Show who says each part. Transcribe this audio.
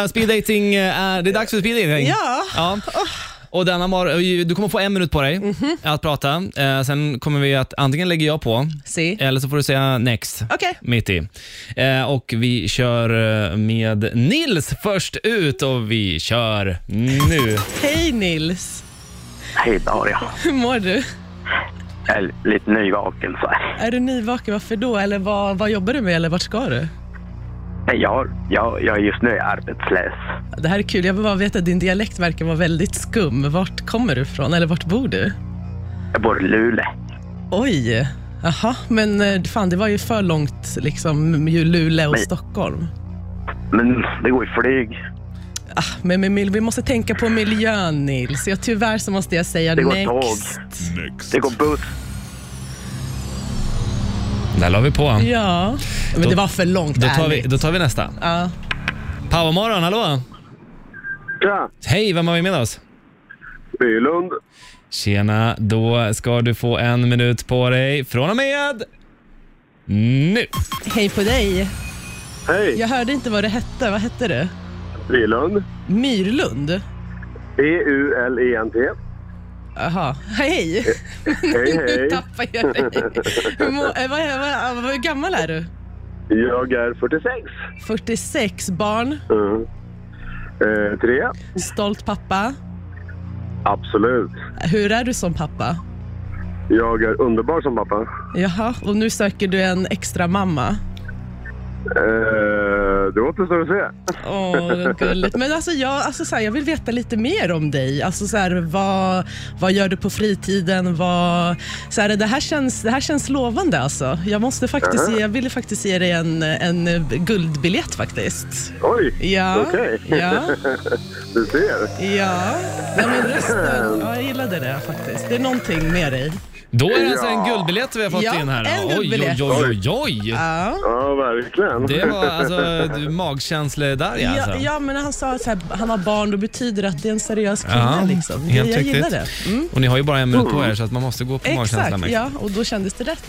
Speaker 1: Eh, Speed dating, eh, är, det är dags för speed dating.
Speaker 2: Ja. Oh.
Speaker 1: ja. Och denna mar- du kommer få en minut på dig
Speaker 2: Mhm.
Speaker 1: att prata. Eh, sen kommer vi att antingen lägger jag på,
Speaker 2: Si.
Speaker 1: eller så får du säga next.
Speaker 2: Okej.
Speaker 1: Mitt i. Eh, och vi kör eh, med Nils först ut och vi kör nu.
Speaker 2: Hej Nils,
Speaker 3: Hej Daria.
Speaker 2: hur mår du?
Speaker 3: Jag är lite nyvaken så här.
Speaker 2: Är du nyvaken? Varför då? Eller vad, vad jobbar du med eller vart ska du?
Speaker 3: Nej, Jag, jag, jag just nu är arbetslös.
Speaker 2: Det här är kul. Jag vill bara veta, din dialekt verkar vara väldigt skum. Vart kommer du ifrån? Eller vart bor du?
Speaker 3: Jag bor i Luleå.
Speaker 2: Oj. Jaha, men eh, fan det var ju för långt liksom, ju Luleå och
Speaker 3: Nej.
Speaker 2: Stockholm.
Speaker 3: Men det går ju flyg.
Speaker 2: Ah, men, men mil- vi måste tänka på miljön Nils. Ja, tyvärr så måste jag säga
Speaker 3: Det går
Speaker 2: next.
Speaker 3: tåg. Det går buss.
Speaker 1: Där la vi på.
Speaker 2: Ja, men
Speaker 1: Då-
Speaker 2: det var för långt
Speaker 1: Då tar vi,
Speaker 2: ärligt.
Speaker 1: då tar vi nästa.
Speaker 2: Ja.
Speaker 1: Powermorgon, hallå?
Speaker 4: Ja,
Speaker 1: Hej, vem har vi med oss?
Speaker 4: Bylund.
Speaker 1: Tjena, då ska du få en minut på dig från och med nu.
Speaker 2: Hej på dig.
Speaker 4: Hej,
Speaker 2: Jag hörde inte vad det hette. Vad hette det?
Speaker 4: Bylund.
Speaker 2: Myrlund?
Speaker 4: B-U-L-E-N-T.
Speaker 2: Jaha. Hej!
Speaker 4: Hej,
Speaker 2: Nu
Speaker 4: hej.
Speaker 2: tappar jag dig. Hur, må, eh, vad, vad, vad, hur gammal är du?
Speaker 4: Jag är 46.
Speaker 2: 46, barn,
Speaker 4: Mm. Eh, tre.
Speaker 2: stolt pappa.
Speaker 4: Absolut.
Speaker 2: Hur är du som pappa?
Speaker 4: Jag är underbar som pappa.
Speaker 2: Jaha, och nu söker du en extra mamma.
Speaker 4: Eh, det återstår att se.
Speaker 2: Åh, vad gulligt. Men alltså jag, alltså så här, jag vill veta lite mer om dig. Alltså så här, vad, vad gör du på fritiden? Vad, så här, det, här känns, det här känns lovande alltså. Jag, måste faktiskt, ge- jag ville faktiskt ge dig en, en guldbiljett faktiskt.
Speaker 4: Oj,
Speaker 2: Ja,
Speaker 4: Okej.
Speaker 2: ja,
Speaker 4: du ser.
Speaker 2: ja. Nej, men resten, ja, jag gillade det faktiskt. Det är någonting med dig.
Speaker 1: Då är det alltså en
Speaker 4: Ja.
Speaker 1: guldbiljett vi har fått
Speaker 2: Ja,
Speaker 1: in här.
Speaker 2: en
Speaker 1: oj, oj,
Speaker 2: guldbiljett.
Speaker 1: oj, oj, oj.
Speaker 2: Ja.
Speaker 4: Ja, verkligen.
Speaker 1: Det var alltså du, magkänsla där ja, alltså.
Speaker 2: Ja, ja, men när han sa att han har barn, då betyder det att det är en seriös kvinna.
Speaker 1: Ja,
Speaker 2: liksom.
Speaker 1: helt
Speaker 2: jag gillar
Speaker 1: riktigt.
Speaker 2: det. Mm.
Speaker 1: Och ni har ju bara en minut på er så att man måste gå på magkänslan. liksom.
Speaker 2: Exakt,
Speaker 1: Max.
Speaker 2: ja, och då kändes det rätt.